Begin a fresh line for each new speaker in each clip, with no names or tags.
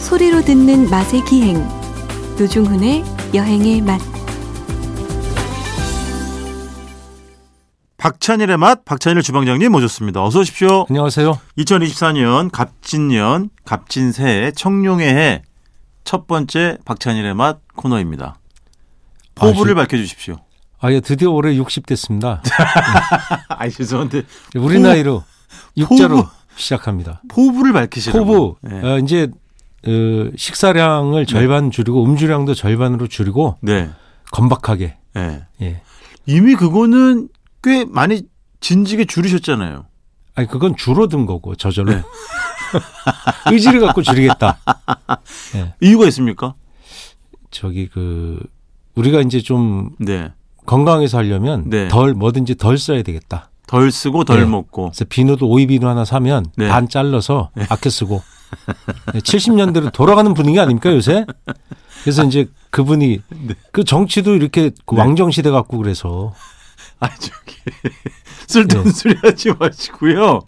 소리로 듣는 맛의 기행 노중훈의 여행의 맛
박찬일의 맛, 박찬일 주방장님 모셨습니다. 어서 오십시오.
안녕하세요.
2024년 갑진년, 갑진새해, 청룡의 해 첫 번째 박찬일의 맛 코너입니다. 포부를 밝혀주십시오.
아, 예, 드디어 올해 60 됐습니다.
아, 죄송한데
우리
포-
나이로 육자로
포부.
시작합니다.
포부를 밝히시라고.
포부
네.
어, 이제 어, 식사량을 절반 줄이고 음주량도 절반으로 줄이고
네.
건박하게.
네.
예.
이미 그거는 꽤 많이 진지게 줄이셨잖아요.
아니 그건 줄어든 거고 저절로
네.
의지를 갖고 줄이겠다.
이유가 있습니까?
저기 그 우리가 이제 좀
네.
건강해서 하려면
네.
덜 뭐든지 덜 써야 되겠다.
덜 쓰고 덜
네.
먹고.
그래서 비누도 오이 비누 하나 사면
네.
반 잘라서 아껴 쓰고 70년대로 돌아가는 분위기 아닙니까 요새? 그래서 이제 그분이 그 정치도 이렇게 그
네.
왕정 시대 갖고 그래서
아 저기
네.
쓸데없는 소리 하지 마시고요.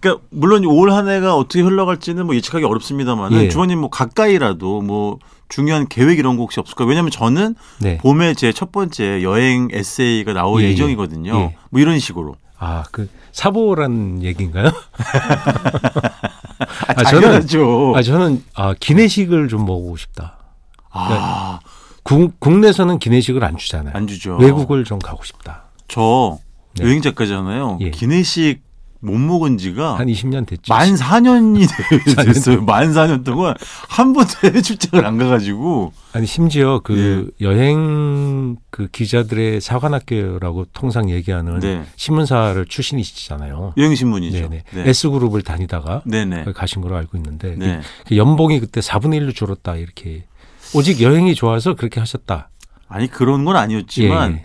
그러니까 물론 올 한 해가 어떻게 흘러갈지는 뭐 예측하기 어렵습니다만
예.
은 주원님 뭐 가까이라도 뭐 중요한 계획 이런 거 혹시 없을까요? 왜냐하면 저는
네.
봄에 제 첫 번째 여행 에세이가 나올
예, 예.
예정이거든요.
예.
뭐 이런 식으로.
아 그 사보란 얘기인가요?
아,
아, 저는-
당연하죠.
아 저는 아 기내식을 좀 먹고 싶다.
아,
네. 국, 국내에서는 기내식을 안 주잖아요.
안 주죠.
외국을 좀 가고 싶다.
저
네.
여행 작가잖아요.
예.
기내식 못 먹은 지가
한 20년 됐죠.
만 4년이
년.
됐어요. 만 4년 동안 한 번도 해외 출장을 안 가가지고.
아니 심지어 그
예.
여행 그 기자들의 사관학교라고 통상 얘기하는
네.
신문사를 출신이시잖아요.
여행신문이죠.
네네. 어,
네.
S 그룹을 다니다가
네네.
거기 가신 걸로 알고 있는데
네.
그 연봉이 그때 4분의 1로 줄었다 이렇게 오직 여행이 좋아서 그렇게 하셨다.
아니 그런 건 아니었지만
예, 예.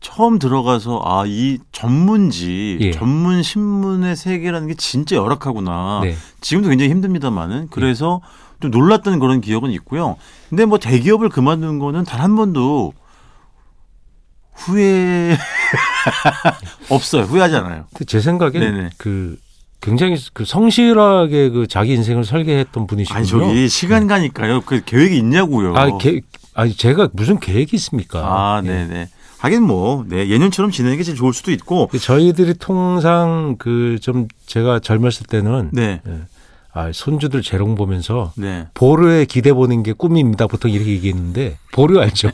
처음 들어가서 아 이 전문지
예.
전문 신문의 세계라는 게 진짜 열악하구나.
네.
지금도 굉장히 힘듭니다만은 그래서 좀 놀랐던 그런 기억은 있고요. 근데 뭐 대기업을 그만둔 거는 단 한 번도 후회 없어요. 후회하지 않아요.
근데 제 생각엔
네네.
그 굉장히 그 성실하게 그 자기 인생을 설계했던 분이시군요. 네.
아니 저기 시간 가니까요. 그 계획이 있냐고요.
아, 계- 아니, 제가 무슨 계획이 있습니까?
아,
예.
네네. 하긴 뭐, 네 예년처럼 지내는 게 제일 좋을 수도 있고,
그 저희들이 통상 그 좀 제가 젊었을 때는
네,
예. 아, 손주들 재롱 보면서
네.
보루에 기대 보는 게 꿈입니다. 보통 이렇게 얘기했는데 보루 알죠?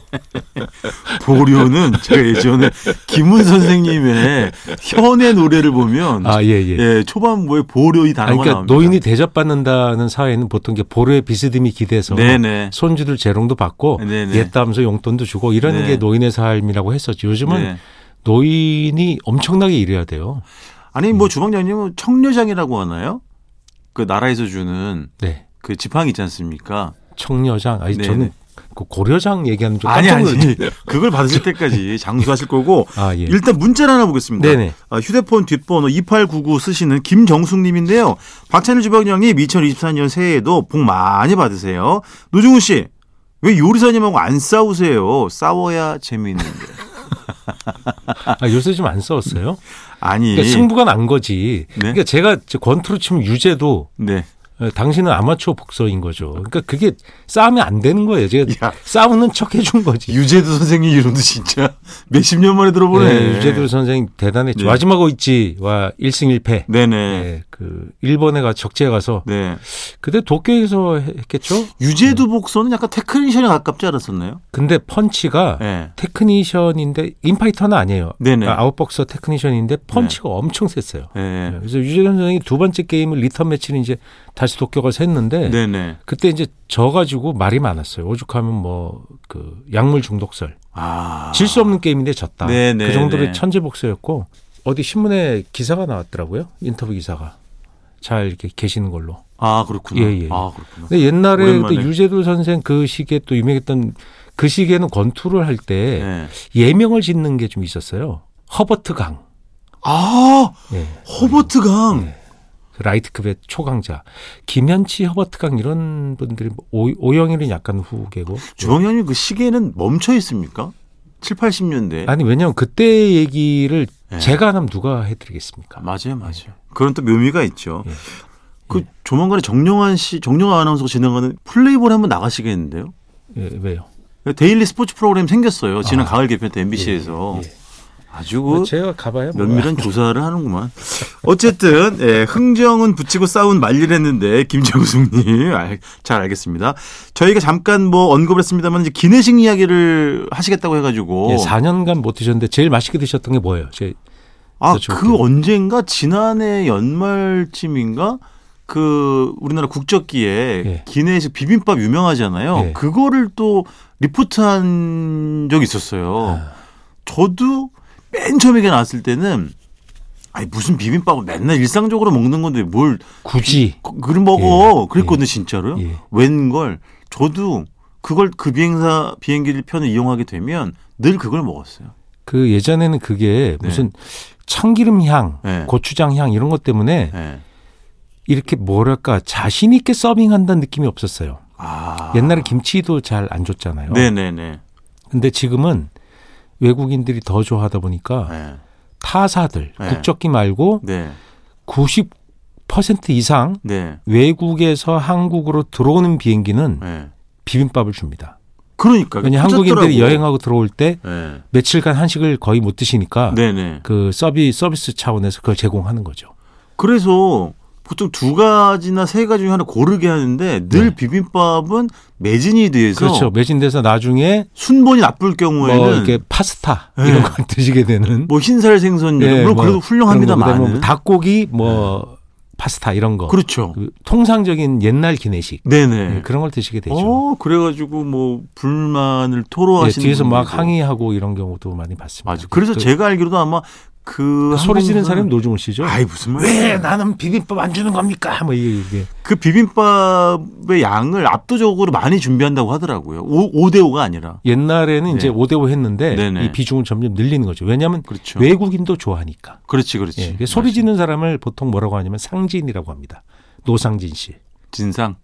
보료는 제가 예전에 김훈 선생님의 현의 노래를 보면
아, 예, 예.
예, 초반부에 보료 이
아니,
단어가
그러니까
나옵니다.
노인이 대접받는다는 사회는 보통 이게 보루에 비스듬히 기대서
네네.
손주들 재롱도 받고
네네.
옛담소 용돈도 주고 이런
네.
게 노인의 삶이라고 했었지. 요즘은
네.
노인이 엄청나게 일해야 돼요.
아니
음.
뭐 주방장님은 청려장이라고 하나요? 그 나라에서 주는
네.
그 지팡이 있지 않습니까?
청려장 아니
네네.
저는 그 고려장 얘기하면 좀
아니
깜짝 놀랐죠.
아니 그걸 받으실 때까지 장수하실 거고
아, 예.
일단 문자를 하나 보겠습니다.
네네.
아, 휴대폰 뒷번호 2899 쓰시는 김정숙님인데요. 박찬일 주방장님 2024년 새해에도 복 많이 받으세요. 노중훈 씨, 왜 요리사님하고 안 싸우세요? 싸워야 재미있는데.
아, 요새 좀 안 싸웠어요.
아니,
그러니까 승부가 난 거지. 그러니까 제가 저 권투로 치면 유죄도
네.
어, 당신은 아마추어 복서인 거죠. 그러니까 그게 싸움이 안 되는 거예요. 제가
야.
싸우는 척 해준 거지.
유재도 선생님 이름도 진짜 몇십 년 만에
네,
들어보네.
유재도 선생님 대단했죠.
네.
마지막 오이치와 1승 1패.
네네.
그 일본에 가 적재에 가서
네.
그때 도쿄에서 했겠죠.
유재도 복서는 약간 테크니션에 가깝지 않았었나요?
근데 펀치가
네.
테크니션인데 인파이터는 아니에요.
네네.
아, 아웃복서 테크니션인데 펀치가 엄청 셌어요. 예,
네.
그래서 유재현 선생이 두 번째 게임을 리턴 매치는 이제 다시 도쿄 가서 했는데
네네.
그때 이제 져가지고 말이 많았어요. 오죽하면 뭐 그 약물 중독설
아.
질 수 없는 게임인데 졌다.
네네,
그
네.
정도로 천재복수였고 어디 신문에 기사가 나왔더라고요. 인터뷰 기사가 잘 이렇게 계시는 걸로.
아, 그렇구나.
예, 예.
아, 그렇구나.
근데 옛날에 또
오랜만에.
유재도 선생 그 시기에 또 유명했던 그 시기에는 권투를 할 때
네.
예명을 짓는 게 좀 있었어요. 허버트 강.
아,
예.
허버트 강.
그 라이트급의 초강자 김현치, 허버트 강 이런 분들이 뭐 오, 오영일은 약간 후계고
주방장님 그 시계는 멈춰 있습니까? 7, 80년대.
아니 왜냐면 그때 얘기를
예.
제가 안 하면 누가 해드리겠습니까?
맞아요, 맞아요. 그런 또 묘미가 있죠. 그 조만간에 정영환 씨, 정영환 아나운서가 진행하는 플레이볼 한번 나가시겠는데요?
예, 왜요?
데일리 스포츠 프로그램 생겼어요. 지난 가을 개편 때 MBC에서. 아주 그
네, 제가 가봐요.
면밀한 조사를 하는구만. 어쨌든 예, 흥정은 붙이고 싸운 말리랬는데 김정숙님 알- 잘 알겠습니다. 저희가 잠깐 뭐 언급했습니다만 이제 기내식 이야기를 하시겠다고 해가지고
예, 4년간 못 드셨는데 제일 맛있게 드셨던 게 뭐예요? 제 그렇죠.
아그 언젠가 지난해 연말쯤인가 그 우리나라 국적기에
예.
기내식 비빔밥 유명하잖아요.
예.
그거를 또 리포트한 적이 있었어요.
아.
저도 맨 처음에 이게 나왔을 때는 아니 무슨 비빔밥을 맨날 일상적으로 먹는 건데 뭘
굳이
그- 그걸 먹어 그랬거든요 진짜로
예.
웬걸 저도 그걸 그 비행사 비행기를 편을 이용하게 되면 늘 그걸 먹었어요.
그 예전에는 그게
네.
무슨 참기름 향,
네.
고추장 향 이런 것 때문에
예.
이렇게 뭐랄까 자신 있게 서빙한다는 느낌이 없었어요.
아
옛날에 김치도 잘 안 줬잖아요.
네네네.
근데 지금은 외국인들이 더 좋아하다 보니까
예.
타사들
네.
국적기 말고
네.
90% 이상
네.
외국에서 한국으로 들어오는 비행기는
예. 터졌더라고.
비빔밥을 줍니다.
그러니까
왜냐 한국인들이 여행하고 들어올 때
예.
며칠간 한식을 거의 못 드시니까
네네.
그 서비 서비스 차원에서 그걸 제공하는 거죠.
그래서 보통 두 가지나 세 가지 중에 하나 고르게 하는데 늘 비빔밥은 매진이 돼서
네. 그렇죠. 매진돼서 나중에
순번이 나쁠
뭐
경우에는
이렇게 파스타 이런 걸 드시게 되는
뭐 흰살 생선 이런
예,
물론
뭐
그래도
그런 거,
훌륭합니다만 네.
그다음에 뭐 닭고기 뭐 파스타 이런 거.
그렇죠.
그 통상적인 옛날 기내식
네네.
그런 걸 드시게 되죠.
어 그래가지고 뭐 불만을
예,
토로하시는
뒤에서 막
분들도.
항의하고 이런 경우도 많이 봤습니다.
맞아. 그래서
그-
제가 알기로도 아마 그
그 소리 지르는 사람이
항공사-
노중훈 씨죠.
아이 무슨 말?
왜 나는 비빔밥 안 주는 겁니까? 뭐 이게, 이게.
그 비빔밥의 양을 압도적으로 많이 준비한다고 하더라고요. 5대 5가 아니라.
옛날에는
네.
이제 5대5 했는데
네네.
이 비중을 점점 늘리는 거죠. 왜냐하면
그렇죠.
외국인도 좋아하니까.
그렇지
예,
그렇지.
그래서 소리 지는 사람을 보통 뭐라고 하냐면 상진이라고 합니다. 노상진 씨.
진상.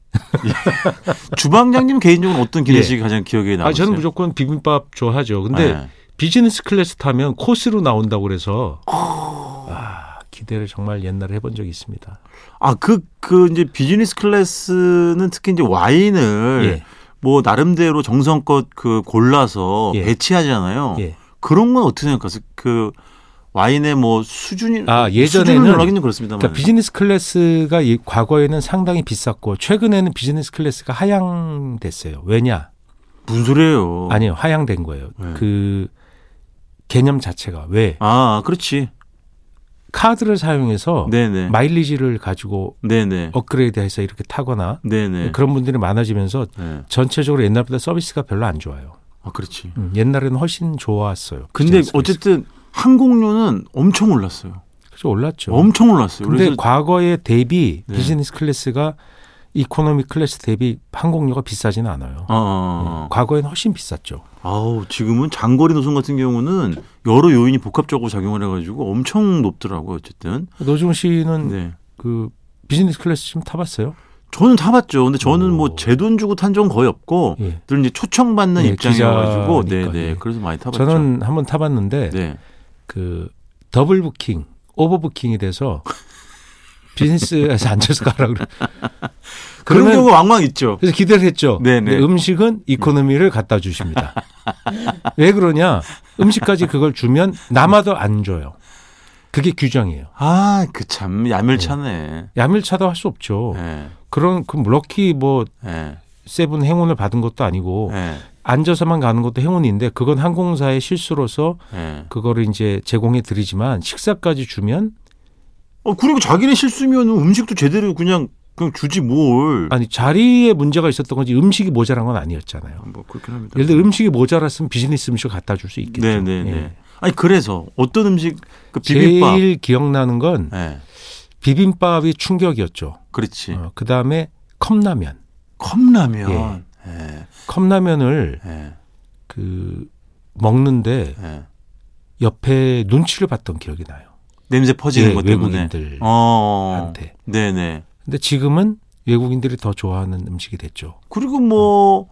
예. 주방장님 개인적으로 어떤 기내식이 가장 기억에 남으세요?
아, 저는 무조건 비빔밥 좋아하죠. 근데
네.
비즈니스 클래스 타면 코스로 나온다고 그래서
어.
아, 기대를 정말 옛날에 해본 적이 있습니다.
아그 그 이제 비즈니스 클래스는 특히 이제 와인을
예.
뭐 나름대로 정성껏 그 골라서
예.
배치하잖아요.
예.
그런 건 어떻게 생각하세요? 그 와인의 뭐 수준이
아,
수준을
예전에는
논하기는 그렇습니다만
그러니까 비즈니스 클래스가 이- 과거에는 상당히 비쌌고 최근에는 비즈니스 클래스가 하향됐어요. 왜냐?
무슨 소리예요?
아니요, 하향된 거예요.
어. 네.
그 개념 자체가 왜
아 그렇지.
카드를 사용해서
네네.
마일리지를 가지고
네네.
업그레이드해서 이렇게 타거나
네네.
어, 그런 분들이 많아지면서
네.
전체적으로 옛날보다 서비스가 별로 안 좋아요.
아 그렇지.
음, 옛날에는 훨씬 좋았어요.
근데
비즈니스 클래스.
어쨌든 항공료는 엄청 올랐어요.
그래서 올랐죠.
엄청 올랐어요.
그렇죠. 근데
그래서
과거에 대비
네.
비즈니스 클래스가 이코노미 클래스 대비 항공료가 비싸지는 않아요.
어, 어, 어.
과거에는 훨씬 비쌌죠.
아우 지금은 장거리 노선 같은 경우는 여러 요인이 복합적으로 작용을 해가지고 엄청 높더라고요. 어쨌든.
노중 씨는
네.
그 비즈니스 클래스 좀 타봤어요?
저는 타봤죠. 근데 저는
오.
뭐 제 돈 주고 탄 적은 거의 없고
어. 예.
늘 이제 초청받는
예,
입장이어가지고
기자니까,
네네
예.
그래서 많이 타봤죠.
저는 한번 타봤는데
네.
그 더블 부킹, 오버 부킹이 돼서 비즈니스에서 앉아서 가라 그래.
그런
그러면- 예.
경우 왕왕 있죠.
그래서 기대를 했죠.
네네.
근데 음식은 이코노미를 갖다 주십니다. 왜 그러냐? 음식까지 그걸 주면 남아도 안 줘요. 그게 규정이에요.
아 그
예.
참 야멸차네.
야밀차도 할 수 없죠.
예.
그런 그 럭키 뭐
예.
세븐 행운을 받은 것도 아니고
예.
앉아서만 가는 것도 행운인데 그건 항공사의 실수로서
예.
그거를 이제 제공해 드리지만 식사까지 주면
어 그리고 자기네 실수면 음식도 제대로 그냥 그냥 주지 뭘.
아니 자리에 문제가 있었던 건지 음식이 모자란 건 아니었잖아요.
뭐 그렇긴 합니다.
예를 들어 음식이 모자랐으면 비즈니스 음식을 갖다 줄 수 있겠죠.
네네네.
예.
아니 그래서 어떤 음식 그 비빔밥.
제일 기억나는 건
예.
비빔밥이 충격이었죠.
그렇지.
어, 그다음에 컵라면.
컵라면. 예.
컵라면을
예.
그 먹는데
예.
옆에 눈치를 봤던 기억이 나요.
냄새 퍼지는
예,
것 때문에.
외국인들한테.
어. 네네.
근데 지금은 외국인들이 더 좋아하는 음식이 됐죠.
그리고 뭐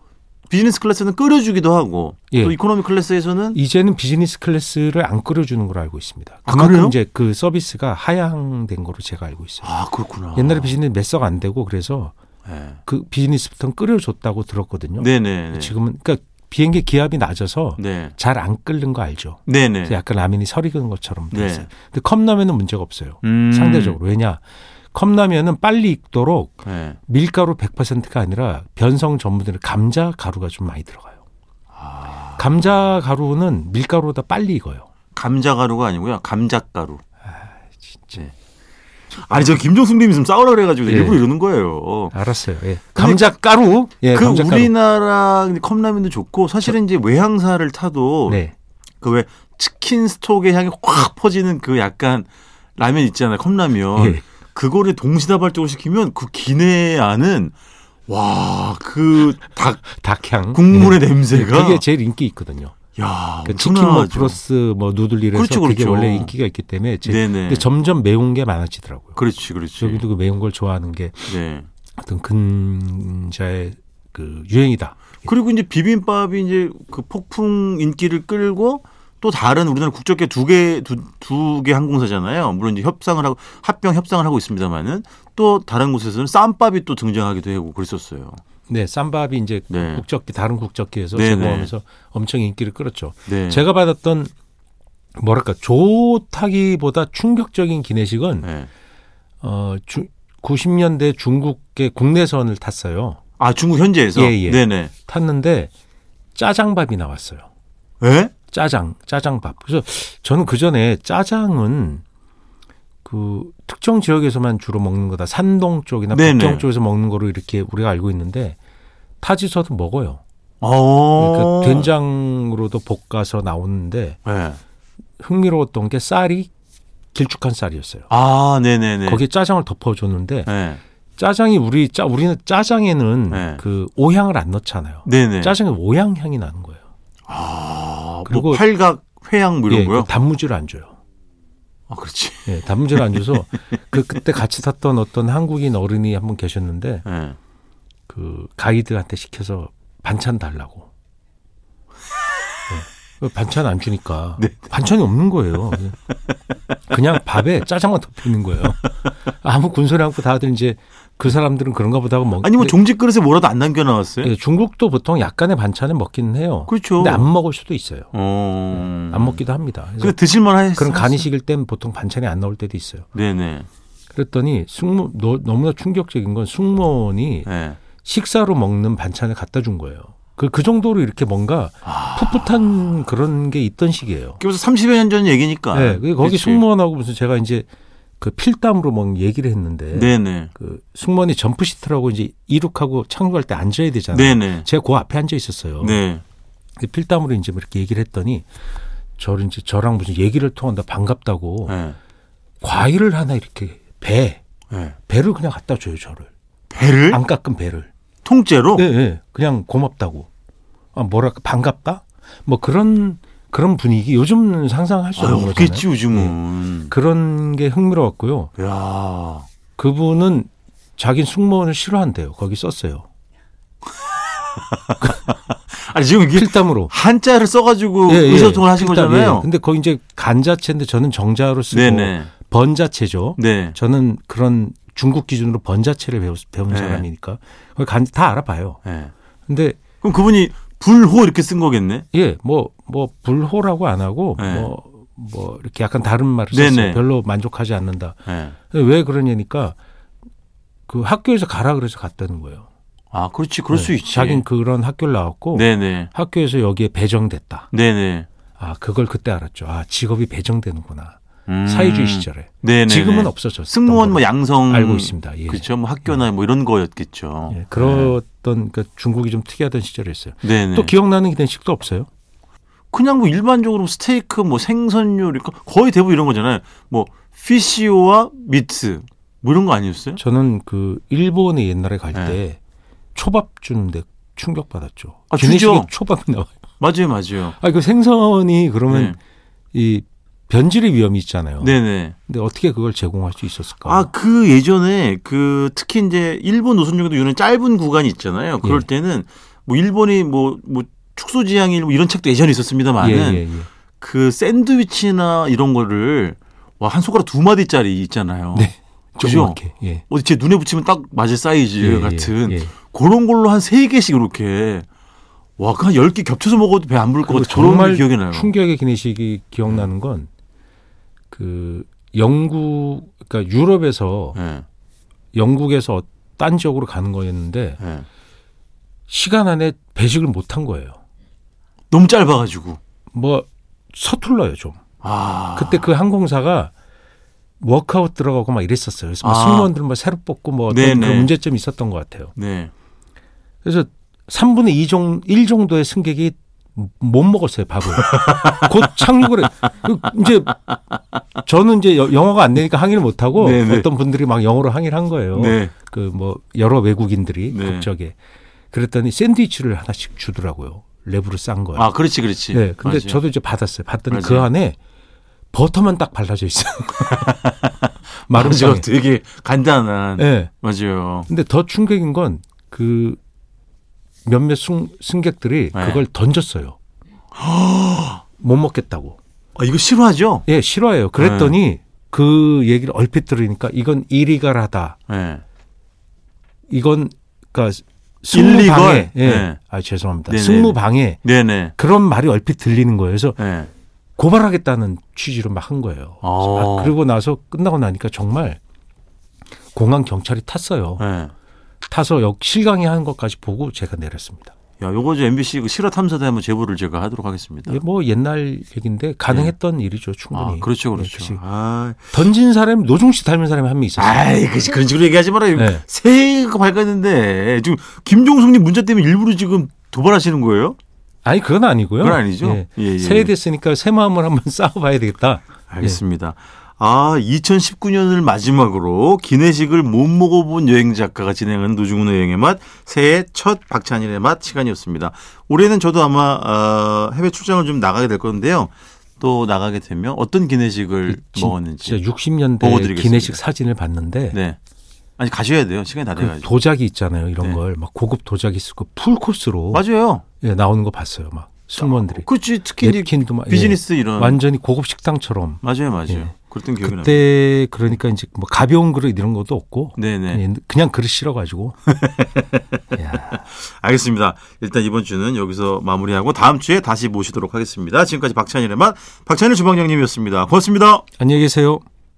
비즈니스 클래스는 끓여주기도 하고
예.
또 이코노미 클래스에서는
이제는 비즈니스 클래스를 안 끓여주는 걸로 알고 있습니다.
아,
그만큼
그래요?
이제 그 서비스가 하향된 거로 제가 알고 있어요.
아 그렇구나.
옛날에 비즈니스 몇석 안 되고 그래서
네.
그 비즈니스부터는 끓여줬다고 들었거든요.
네네.
지금은 그러니까 비행기 기압이 낮아서
네.
잘 안 끓는 거 알죠.
네네.
그래서 약간 라면이 설익은 것처럼
네.
됐어요. 근데 컵라면은 문제가 없어요.
음.
상대적으로 왜냐 컵라면은 빨리 익도록
네.
밀가루 100%가 아니라 변성 전분들 감자 가루가 좀 많이 들어가요.
아.
감자 가루는 밀가루보다 빨리 익어요.
감자 가루가 아니고요. 감자 가루.
진짜.
네. 아니 저 김종숙님 좀 싸우라 그래가지고
예.
일부러 이러는 거예요.
알았어요. 예. 감자 가루. 예,
그
감자 가루.
우리나라 컵라면도 좋고 사실은 이제 외향사를 타도
네.
그 왜 치킨 스톡의 향이 확 퍼지는 그 약간 라면 있잖아요. 컵라면.
예.
그거를 동시다발적으로 시키면 그 기내 안은 와 그 닭
닭향.
국물의
예.
냄새가
그게 제일 인기 있거든요.
야
그 치킨 뭐
엄청나죠.
플러스 뭐 누들리래서
그렇죠,
그게
그렇죠.
원래 인기가 있기 때문에 제
네네. 네.
근데 점점 매운 게 많아지더라고요.
그렇지 그렇지.
여기도 그 매운 걸 좋아하는 게
네.
어떤 근자의 그 유행이다.
그리고 이제 비빔밥이 이제 그 폭풍 인기를 끌고 또 다른 우리나라 국적계 두개두개 항공사잖아요. 물론 이제 협상을 하고 합병 협상을 하고 있습니다만은 또 다른 곳에서는 쌈밥이 또 등장하기도 하고 그랬었어요.
네, 쌈밥이 이제
네.
국적기 다른 국적기에서
네네.
제공하면서 엄청 인기를 끌었죠.
네.
제가 받았던 뭐랄까 좋다기보다 충격적인 기내식은
네.
어 주, 90년대 중국의 국내선을 탔어요.
아 중국 현지에서
예, 예.
네네.
탔는데 짜장밥이 나왔어요.
예?
짜장, 짜장밥. 그래서 저는 그 전에 짜장은 그 특정 지역에서만 주로 먹는 거다. 산동 쪽이나
네네.
북경 쪽에서 먹는 거로 이렇게 우리가 알고 있는데 타지서도 먹어요.
어.
그러니까 된장으로도 볶아서 나오는데
네.
흥미로웠던 게 쌀이 길쭉한 쌀이었어요.
아 네네네.
거기에 짜장을 덮어줬는데
네.
짜장이 우리 짜 우리는 짜장에는
네.
그 오향을 안 넣잖아요.
네네.
짜장에 오향 향이 나는 거예요.
아,
그리고-
뭐 팔각 회양 뭐 이런
예, 그
거요?
단무지를 안 줘요.
아 그렇지.
예, 단무지를 안 줘서 그 그때 같이 탔던 어떤 한국인 어른이 한 분 계셨는데
네.
그 가이드한테 시켜서 반찬 달라고. 예. 반찬 안 주니까
네.
반찬이 없는 거예요. 그냥 밥에 짜장만 덮이는 거예요. 아무 군소리 않고 다들 이제 그 사람들은 그런가 보다 하고 먹.
아니 뭐
근데
종지 그릇에 뭐라도 안 남겨 나왔어요?
예, 중국도 보통 약간의 반찬을 먹기는 해요.
그렇죠.
근데 안 먹을 수도 있어요.
어.
안 먹기도 합니다. 그래서
근데 드실만 하셨어요.
그런 간이식일 땐 보통 반찬이 안 나올 때도 있어요.
네네.
그랬더니 숙모 너, 너무나 충격적인 건 숙모원이
네.
식사로 먹는 반찬을 갖다 준 거예요. 그, 그 정도로 이렇게 뭔가
아.
풋풋한 그런 게 있던 시기예요.
그래서 30여 년 전 얘기니까.
네, 그 거기
그치?
숙모원하고 무슨 제가 이제 그 필담으로 막 얘기를 했는데
네네.
그 숙모원이 점프 시트라고 이제 이륙하고 착륙할 때 앉아야 되잖아요.
네네.
제가 그 앞에 앉아 있었어요.
네.
그 필담으로 이제 뭐 이렇게 얘기를 했더니 저를 이제 저랑 무슨 얘기를 통한다 반갑다고
네.
과일을 하나 이렇게 배
네.
배를 그냥 갖다 줘요 저를
배를
안 깎은 배를
통째로.
예, 예. 그냥 고맙다고. 아, 뭐랄까, 반갑다? 뭐 그런, 그런 분위기. 요즘 상상할 수
아유,
없는 거잖아요. 네.
없겠지 요즘은.
그런 게 흥미로웠고요.
야.
그분은 자기 숙모원을 싫어한대요. 거기 썼어요.
아니 지금 이게
필담으로.
한자를 써가지고
예, 예.
의사소통을 하신
필담,
거잖아요.
예. 근데 거기 이제 간자체인데 저는 정자로 쓰고
네네.
번자체죠.
네.
저는 그런 중국 기준으로 번자체를 배우, 배운
네.
사람이니까. 거기 간, 다 알아봐요.
네.
근데
그럼 그분이 불호 이렇게 쓴 거겠네.
예, 뭐, 뭐, 불호라고 안 하고,
네.
뭐, 뭐, 이렇게 약간 다른 말을
네네.
썼어요. 별로 만족하지 않는다.
네.
왜 그러냐니까, 그 학교에서 가라 그래서 갔다는 거예요.
아 그렇지 그럴
네.
수 있지.
자긴 그런 학교를 나왔고,
네네.
학교에서 여기에 배정됐다.
네네.
아, 그걸 그때 알았죠. 아, 직업이 배정되는구나.
음.
사회주의 시절에.
네네.
지금은 없어졌어요.
승무원 뭐 양성
알고 있습니다. 예.
그렇죠. 뭐 학교나 뭐 이런 거였겠죠.
예, 그랬던, 그 중국이 좀 특이하던 시절이었어요.
네. 네네.
또 기억나는 기내식도 없어요?
그냥 뭐 일반적으로 스테이크 뭐 생선 요리 거- 거의 대부분 이런 거잖아요. 뭐 피시오와 미트 뭐 이런 거 아니었어요?
저는 그 일본에 옛날에 갈 때
네.
초밥 주는데 충격 받았죠.
아,
기내식에
주죠.
초밥이 나와요.
맞아요, 맞아요.
아, 그 생선이
네.
그러면 이 변질의 위험이 있잖아요.
네네.
근데 어떻게 어, 그걸 제공할 수 있었을까?
아 그 예전에 그 특히 이제 일본 노선 중에도 유는 짧은 구간이 있잖아요. 그럴
예.
때는 뭐 일본이 뭐, 뭐 축소지향일 뭐 이런 책도 예전에 있었습니다만
예,
은
예, 예.
그 샌드위치나 이런 거를 와 한 손가락 두 마디짜리 있잖아요.
네.
어, 그죠?
조그맣게. 예.
어디 제 눈에 붙이면 딱 맞을 사이즈
예, 예,
같은
예.
그런 걸로 한 세 개씩 이렇게 와, 그한 10게 겹쳐서 먹어도 배 안 부를 것
그리고
같아. 그런 게
정말
기억이 나요. 네.
충격의 기내식이 기억나는 건 그 영국 그러니까 유럽에서
예.
영국에서 딴 지역으로 가는 거였는데
예.
시간 안에 배식을 못 한 거예요.
너무 짧아 가지고.
뭐 서툴러요 좀.
아.
그때 그 항공사가 워크아웃 들어가고 막 이랬었어요. 그래서 막
아.
승무원들 막 새로 뽑고 뭐 어떤
네네.
그런 문제점이 있었던 것 같아요.
네.
그래서 3분의 2 정, 1 정도의 승객이 못 먹었어요, 밥을. 곧 착륙을 해. 이제 저는 이제 여- 영어가 안 되니까 항의를 못 하고
네네.
어떤 분들이 막 영어로 항의를 한 거예요.
네.
그 뭐 여러 외국인들이
네.
국적에. 그랬더니 샌드위치를 하나씩 주더라고요. 랩으로 싼 거예요.
아, 그렇지, 그렇지.
네. 근데
맞아요.
저도 이제 받았어요. 받더니 그
맞아요.
안에 버터만 딱 발라져 있어요. 마른
지금
빵에.
되게 간단한.
네.
맞아요.
근데 더 충격인 건 그 몇몇 승, 승객들이
네.
그걸 던졌어요. 못 먹겠다고.
아, 이거 싫어하죠?
예, 싫어해요. 그랬더니
네.
그 얘기를 얼핏 들으니까 이건 이리갈하다.
예.
이건 그러니까
일리걸?
승무방해. 예.
네.
아 죄송합니다.
네네.
승무방해
네네.
그런 말이 얼핏 들리는 거예요. 그래서
예.
고발하겠다는 취지로 막 한 거예요.
아.
아, 그리고 나서 끝나고 나니까 정말 공항 경찰이 탔어요.
예.
타서 역 실강이 하는 것까지 보고 제가 내렸습니다.
야, 요거 저 MBC 그 실화 탐사대 한번 제보를 제가 하도록 하겠습니다.
이게 뭐 옛날 얘기인데 가능했던 일이죠
아,
충분히.
그렇죠,
예,
그렇죠.
그치.
아,
던진 사람이 노중 씨 닮은 사람이 한 명 있었어요.
아이, 그, 그런 식으로 얘기하지 말아요.
네.
새해가 밝았는데 지금 김종숙님 문제 때문에 일부러 지금 도발하시는 거예요?
아니 그건 아니고요.
그건 아니죠?
예.
예, 예,
새해
예.
됐으니까 새 마음을 한번 싸워봐야 되겠다.
알겠습니다. 아, 2019년을 마지막으로 기내식을 못 먹어본 여행 작가가 진행하는 노중훈 여행의 맛, 새해 첫 박찬일의 맛 시간이었습니다. 올해는 저도 아마 어, 해외 출장을 좀 나가게 될 건데요. 또 나가게 되면 어떤 기내식을
진- 진짜
먹었는지.
60년대
뭐 먹어드리겠습니다.
기내식 사진을 봤는데
네. 아니 가셔야 돼요. 시간이 다
그
돼가지고.
도자기 있잖아요. 이런
네.
걸 막 고급 도자기 쓰고 풀 코스로
맞아요. 아,
예, 나오는 거 봤어요. 막 승무원들이
그렇지. 특히 이제
냅킨도 막 예.
비즈니스 이런.
완전히 고급 식당처럼
맞아요, 맞아요.
예.
그랬던 기억이 나요.
그때 그러니까 이제 뭐 가벼운 그릇 이런 것도 없고
네네.
예, 그냥 그릇 실어가지고 야,
알겠습니다. 일단 이번 주는 여기서 마무리하고 다음 주에 다시 모시도록 하겠습니다. 지금까지 박찬일의 맛, 박찬일 주방장님이었습니다. 고맙습니다.
안녕히 계세요.